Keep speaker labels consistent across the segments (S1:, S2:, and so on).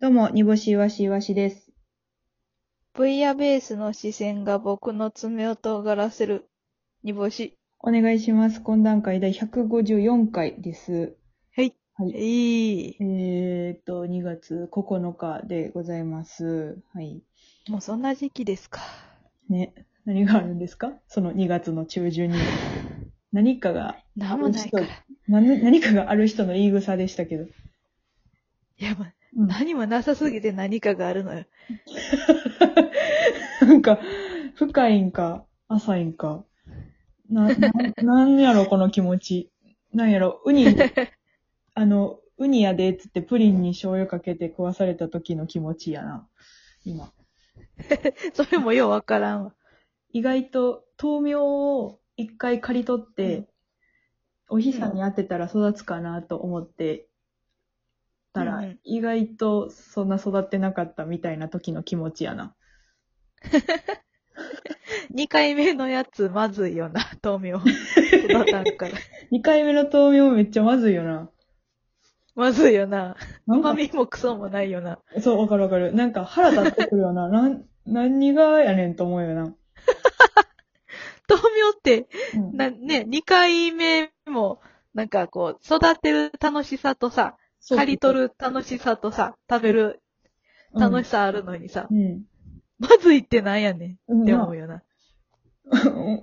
S1: どうも、煮干しいわしいわしです。
S2: ブイヤベースの視線が僕の爪を尖らせる。煮干し。
S1: お願いします。懇談会第154回です。
S2: いい。
S1: えーっと、2月9日でございます。はい。
S2: もうそんな時期ですか。
S1: ね、何があるんですかその2月の中旬に。何かが、
S2: なんもないか
S1: 美
S2: ら。い
S1: 味何何かがある人の言い草でしたけど。
S2: や、まあ、
S1: うん
S2: 何もなさすぎて何かがあるのよ。
S1: なんか、深いんか、浅いんか。な、 ななんやろ、この気持ち。なんやろ、ウニ、あの、ウニやで、っつってプリンに醤油かけて食わされた時の気持ちやな。今。
S2: それもようわからんわ。
S1: 意外と、豆苗を一回刈り取って、
S2: うん
S1: お日さんに当てたら育つかなと思ってたら、
S2: うんうん
S1: 意外とそんな育ってなかったみたいな時の気持ちやな。
S2: 二回目のやつ、まずいよな、豆苗。育たんから。
S1: 二回目の豆苗めっちゃまずいよな。
S2: まずいよな。
S1: なんか
S2: 甘みもクソもないよな。
S1: そう、わかるわかる。なんか腹立ってくるよな。 なん、何がやねんと思うよな。
S2: 豆苗って、
S1: うん
S2: な、ね、二回目も、なんかこう、育てる楽しさとさ、刈り取る楽しさとさ、食べる楽し
S1: し
S2: さあるのにさ、
S1: うん。
S2: まずいってなんやね
S1: うんん
S2: って思うよな。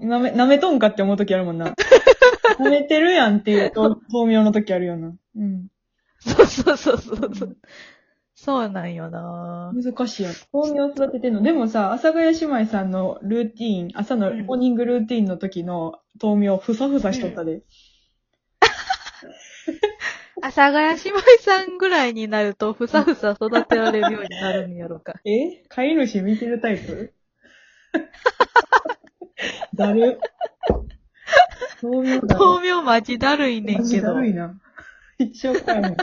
S1: なめ、舐めとんかって思うときあるもん な。舐めてるやんっていうと豆苗のときあるよな。うん。
S2: そうそうそうそうそう。そうなんよな
S1: 難しいやん。豆苗育ててんの。でもさ、阿佐ヶ谷姉妹さんのルーティーン、朝の
S2: うん
S1: モーニングルーティーンの時の豆苗ふさふさしとったで。
S2: 阿佐ヶ谷姉妹さんぐらいになると、ふさふさ育てられるようになるんやろか。
S1: え飼い主見てるタイプ だる。豆苗だる。
S2: 豆苗マジだるいねんけど。
S1: 悪いな。一生買えない。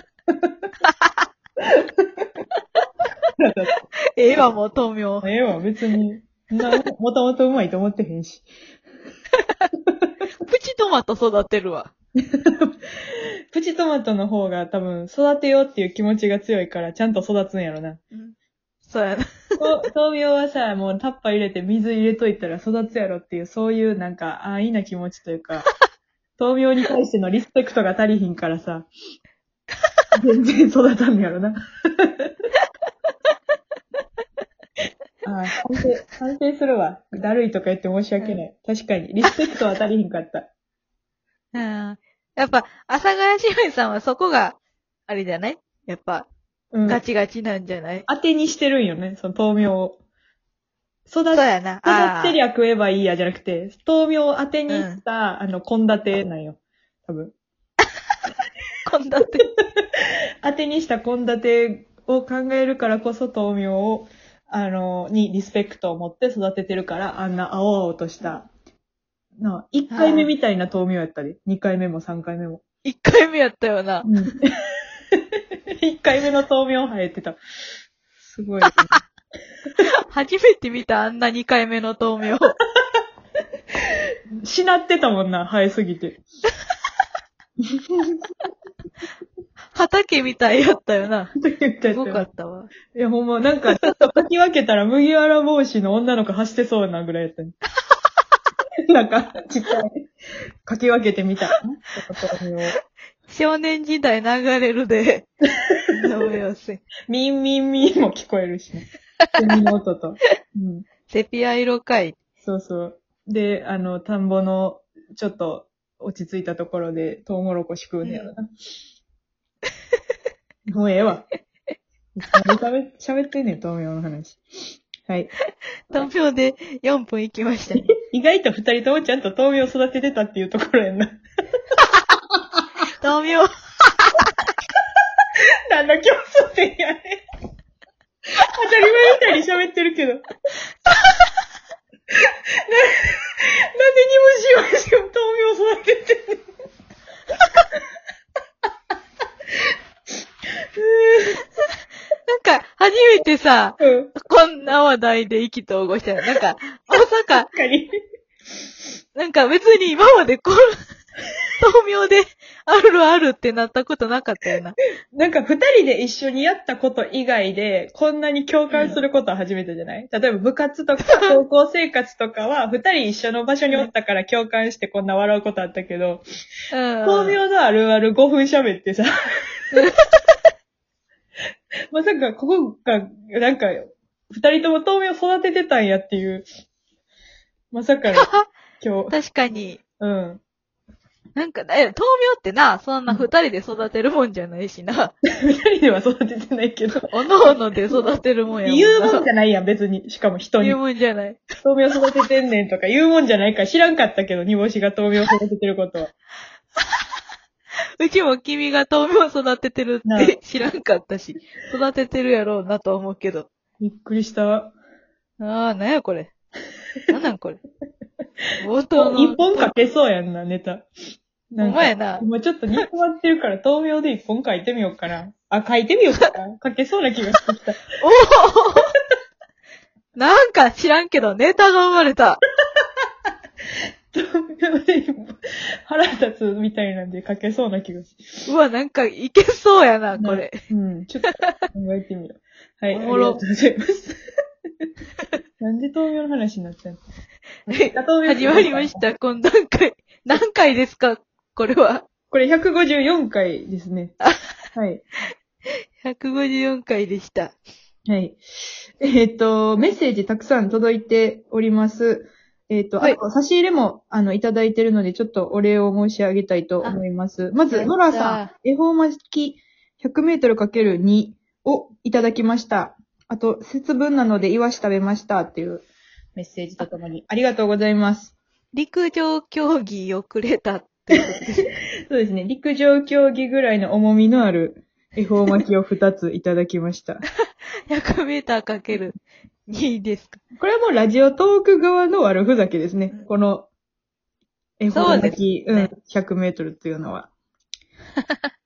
S2: ええわ、もう豆苗。
S1: ええわ、別に。な、もともとうまいと思ってへんし。
S2: プチトマト育てるわ。
S1: プチトマトの方が多分育てようっていう気持ちが強いからちゃんと育つんやろな。
S2: そうやな。
S1: と豆苗はさ、もうタッパー入れて水入れといたら育つやろっていう、そういうなんか安易な気持ちという か、豆苗に対してのリスペクトが足りひんからさ、全然育たんやろ な。ああ、反省、反省するわ。だるいとか言って申し訳ない。確かに。リスペクトは足りひんかった。
S2: うん。やっぱ、阿佐ヶ谷姉妹さんはそこが、あれじゃないやっぱ、
S1: うん。
S2: ガチガチなんじゃない、
S1: 当てにしてるんよね、その豆苗を。育
S2: そう
S1: て、
S2: やな。
S1: 育
S2: あ
S1: ってり
S2: ー
S1: ゃ食えばいいやじゃなくて、豆苗を当てにした、あの、献立なんよ。多分。
S2: こんだって。
S1: 当てにした献立を考えるからこそ豆苗を、あの、にリスペクトを持って育ててるから、あんな青々とした。なあ、1回目みたいな豆苗やったで。2回目も3回目も。
S2: 一回目やったよな。
S1: うん。1回目の豆苗生えてた。す ごい。
S2: 初めて見たあんな2回目の豆苗。
S1: しなってたもんな、生えすぎて。
S2: 畑みたいやったよ な。
S1: と言った
S2: す
S1: やつ
S2: ご
S1: よ
S2: かったわ。
S1: いや、ほんま、なんか、ちょっとかき分けたら麦わら帽子の女の子走ってそうなぐらいやった ね。なんか、ちっちゃい。かき分けてみた。
S2: 少年時代流れる で。飲めよせ。
S1: ミンミンミンも聞こえるしね。セミの音と。うん。
S2: セピア色かい。
S1: そうそう。で、あの、田んぼの、ちょっと、落ち着いたところで、トウモロコシ食うんやろな。もうええわ。何喋喋ってんねん、豆苗の話。はい。
S2: 投票で4分行きましたね。
S1: 意外と二人ともちゃんと豆苗育ててたっていうところやんな。
S2: 投票
S1: なんだ、競争点やね。当たり前みたいに喋ってるけど。な、 なんでにもしようしよう、豆苗育ててんねん。
S2: なんか、初めてさ、
S1: うん。
S2: こんな話題で意気投合したよ。なんか、まさか、
S1: 確かに。
S2: なんか別に今までこん、豆苗で、あるあるってなったことなかったよな。
S1: なんか二人で一緒にやったこと以外で、こんなに共感することは初めてじゃない、例えば部活とか高校生活とかは、二人一緒の場所におったから共感してこんな笑うことあったけど、
S2: うん。
S1: 豆苗のあるある5分喋って さ。まさか、ここが、なんか、二人とも豆苗育ててたんやっていう。まさかの、 今日。
S2: 確かに。
S1: うん。
S2: なんか、え、豆苗ってな、そんな二人で育てるもんじゃないしな。
S1: 二人では育ててないけど。
S2: おのおので育てるもんやもん
S1: 言う
S2: な
S1: もんじゃないやん、別に。しかも人に
S2: 言う。もんじゃない。
S1: 豆苗育ててんねんとか言うもんじゃないから知らんかったけど、煮干しが豆苗育ててることは。
S2: うちも君が豆苗育ててる
S1: な
S2: っ
S1: あ
S2: て知らんかったし、育ててるやろうなと思うけど。
S1: びっくりした。
S2: ああ、なんやこれ。なんなんこれ。冒頭の。
S1: 一本かけそうやんな、ネタ。
S2: ほ
S1: なんんか
S2: まやな。
S1: 今ちょっと煮詰まってるから、豆苗で一本書いてみようかな。あ、書いてみようかな。書けそうな気がしてきた。
S2: おおなんか知らんけど、ネタが生まれた。
S1: 豆苗で一本腹立つみたいなんで書けそうな気がし
S2: うわ、なんかいけそうやな、
S1: な
S2: これ。
S1: うん、ちょっと考えてみよ う。はい、
S2: お
S1: あり
S2: も
S1: がと
S2: ろ
S1: うございます。 なんで豆苗の話になっ ちゃうの
S2: 始まりまし。た、今段階。何回ですかこれは。
S1: これ154回ですね。はい。
S2: 154回でした。
S1: はい。えっ、と、メッセージたくさん届いております。えっ、と、
S2: はい
S1: あと、差し入れも、あの、いただいてるので、ちょっとお礼を申し上げたいと思います。ま
S2: やっ
S1: ず、
S2: た
S1: ノラさん、恵方巻き100メートル ×2 をいただきました。あと、節分なので、イワシ食べましたっていうメッセージとともに、ありがとうございます。
S2: 陸上競技遅れたってことですね。
S1: そうですね、陸上競技ぐらいの重みのある 恵方巻きを2ついただきました。
S2: 100メーターかける2ですか。
S1: これはもうラジオトーク側の悪ふざけですね
S2: うん。
S1: この、え、ほ
S2: そう
S1: う
S2: です
S1: き、
S2: ね
S1: うん、100メートルっていうの は。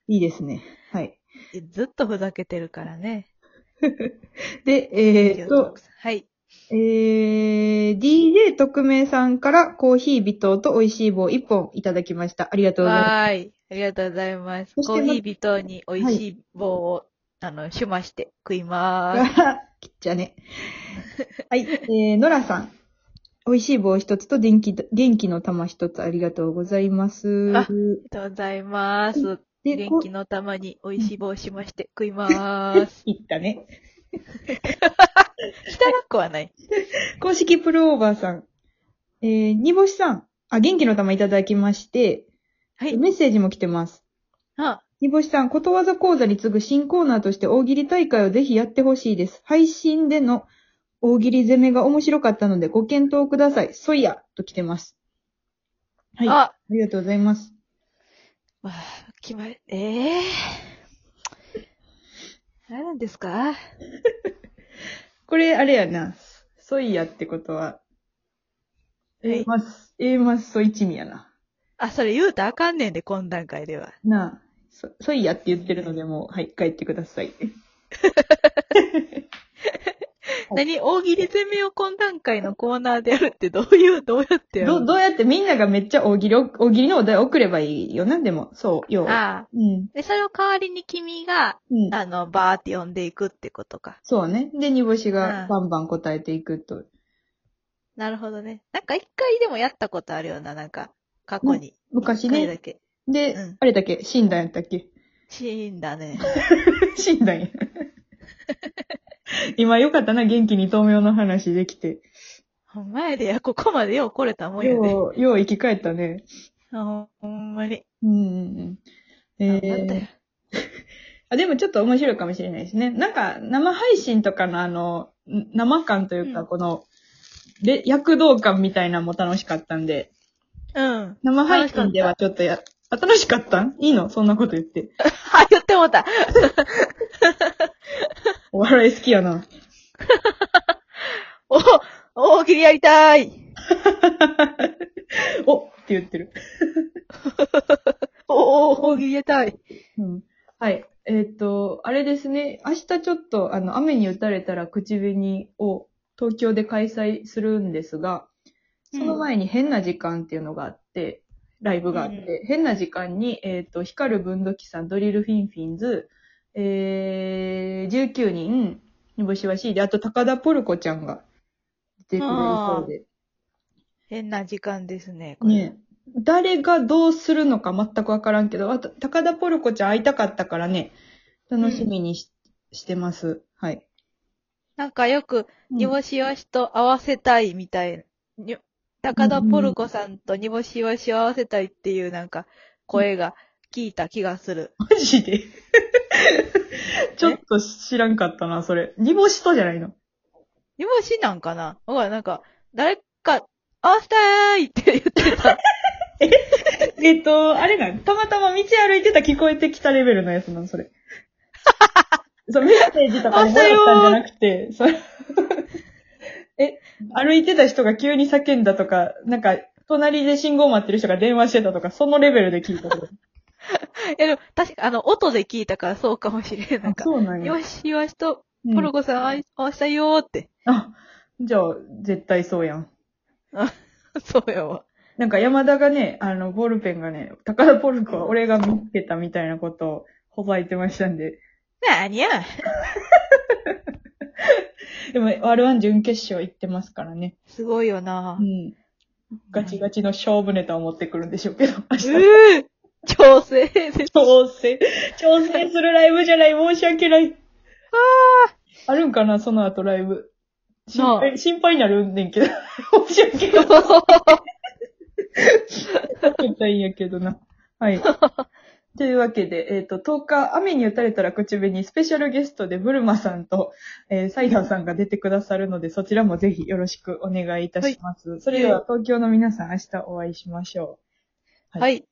S1: いいですね。はい。
S2: ずっとふざけてるからね。
S1: で、えーっと、
S2: はい。
S1: えー、DJ 特命さんからコーヒー微糖と美味しい棒1本いただきました。ありがとうございます。
S2: わーい。ありがとうございます。
S1: そして
S2: コ
S1: ま
S2: ーヒー微糖に美味しい棒を、あの、しまして食いまーす。
S1: きっちゃね。はい。えー、ノラさん。美味しい棒1つと電気、元気の玉1つありがとうございます。
S2: あありがとうございます。
S1: で、こ
S2: 元気の玉に美味しい棒しまして食いまーす。
S1: いったね。
S2: 汚くはない。
S1: 公式プルオーバーさん。えー、煮干しさん。あ、元気の玉いただきまして、
S2: はい
S1: メッセージも来てます。
S2: あ、
S1: 煮干しさん、ことわざ講座に次ぐ新コーナーとして大喜利大会をぜひやってほしいです。配信での大喜利攻めが面白かったのでご検討ください。そいやと来てます。はい。あ
S2: あ、
S1: りがとうございます。
S2: わあ、決まり、ええー。何なんですか
S1: これ、あれやな。そいやってことは、
S2: はい
S1: えーマス、えーマスソイチミやな。
S2: あ、それ言うたらあかんねんで、今段階では。
S1: なあ、そ、そいやって言ってるので、もう、はい、帰ってください。はい
S2: 何大喜利攻めを今段階のコーナーでやるってどういう、どうやってやる
S1: ど、どうやってみんながめっちゃ大喜利を、大喜利のお題送ればいいよな、でも。そう、よう。
S2: ああ。
S1: うん。
S2: で、それを代わりに君が、
S1: うん。
S2: あの、バーって呼んでいくってことか。
S1: そうね。で、煮干し
S2: う
S1: が
S2: ん
S1: バンバン答えていくと。
S2: なるほどね。なんか一回でもやったことあるような、なんか、過去に。
S1: 昔
S2: 一回だ
S1: ね。
S2: け。
S1: で、
S2: うん
S1: あれだっけ診断やったっけ
S2: シーンだね。
S1: 診断や。今よかったな、元気に豆苗の話できて。
S2: ほんまやでや、ここまでよう来れたもんやで。
S1: よう、よう生き返ったね。
S2: あほんまに。
S1: うんうんうん。え
S2: あったよ
S1: ー、あ、でもちょっと面白いかもしれないですね。なんか、生配信とかのあの、ん生感という
S2: う
S1: か、
S2: ん
S1: この、で、躍動感みたいなのも楽しかったんで、
S2: うん。
S1: 生配信ではちょっとや、あ、楽しかったんいいのそんなこと言って。
S2: あ、言ってもうた。
S1: お笑い好きやな。
S2: お、大喜利やりたい。
S1: おって言ってる。
S2: お、お大喜利やりたい。
S1: うん。はい。えーっと、あれですね。明日ちょっと、あの、雨に打たれたら口紅を東京で開催するんですが、その前に変な時間っていうのがあって、ライブがあって、変な時間に、えっ、と、光る文土器さん、ドリルフィンフィンズ、えー、19人、にぼしわしいで、あと高田ポルコちゃんが出てくれるそうで。
S2: 変な時間ですね、これ。
S1: ね誰がどうするのか全くわからんけど、あと、高田ポルコちゃん会いたかったからね、楽しみにし,、してます。はい。
S2: なんかよく、煮
S1: うん
S2: 干しわしと合わせたいみたいな。に高田ポルコさんと煮干しわしを合わせたいっていうなんか声が聞いた気がする。
S1: マジで ちょっと知らんかったな、それ。煮干しとじゃないの。
S2: 煮干しなんかなほら、なんか、誰か、合わせたーいって言ってた。
S1: えっと、あれなん、たまたま道歩いてた聞こえてきたレベルのやつなの、それ。そう、メッセージとかでもらったんじゃなくて、それ え、歩いてた人が急に叫んだとか、なんか、隣で信号待ってる人が電話してたとか、そのレベルで聞いたこと。
S2: いやでも、確か、あの、音で聞いたからそうかもしれん。なん
S1: あ
S2: か、
S1: そうなん
S2: 煮
S1: や。
S2: 干しわしと
S1: うん
S2: ポルコさん合い合わせたいよーって。
S1: あ、じゃあ、絶対そうやん。
S2: そうやわ。
S1: なんか山田がね、あの、ボールペンがね、高田ポルコは俺が見つけたみたいなことをほざいてましたんで。
S2: なーにゃー
S1: でも、R1 準決勝行ってますからね。
S2: すごいよな
S1: う。ん。ガチガチの勝負ネタを持ってくるんでしょうけど、 明日。
S2: うー調整です。
S1: 調整、調整するライブじゃない、申し訳ない。あるんかな、その後ライブ。心
S2: な
S1: 配、心配になるんねんけど。 申し訳なかったんやけどな。 はい。というわけで、えっ、と、10日、雨に打たれたら口紅、スペシャルゲストでブルマさんと、えーサイダーさんが出てくださるので、そちらもぜひよろしくお願いいたします。それでは、東京の皆さん、明日お会いしましょはい
S2: はい。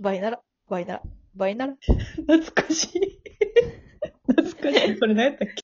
S2: バイなら、バイなら、バイなら。
S1: う。懐かしい。懐かしい。それ何やったっけ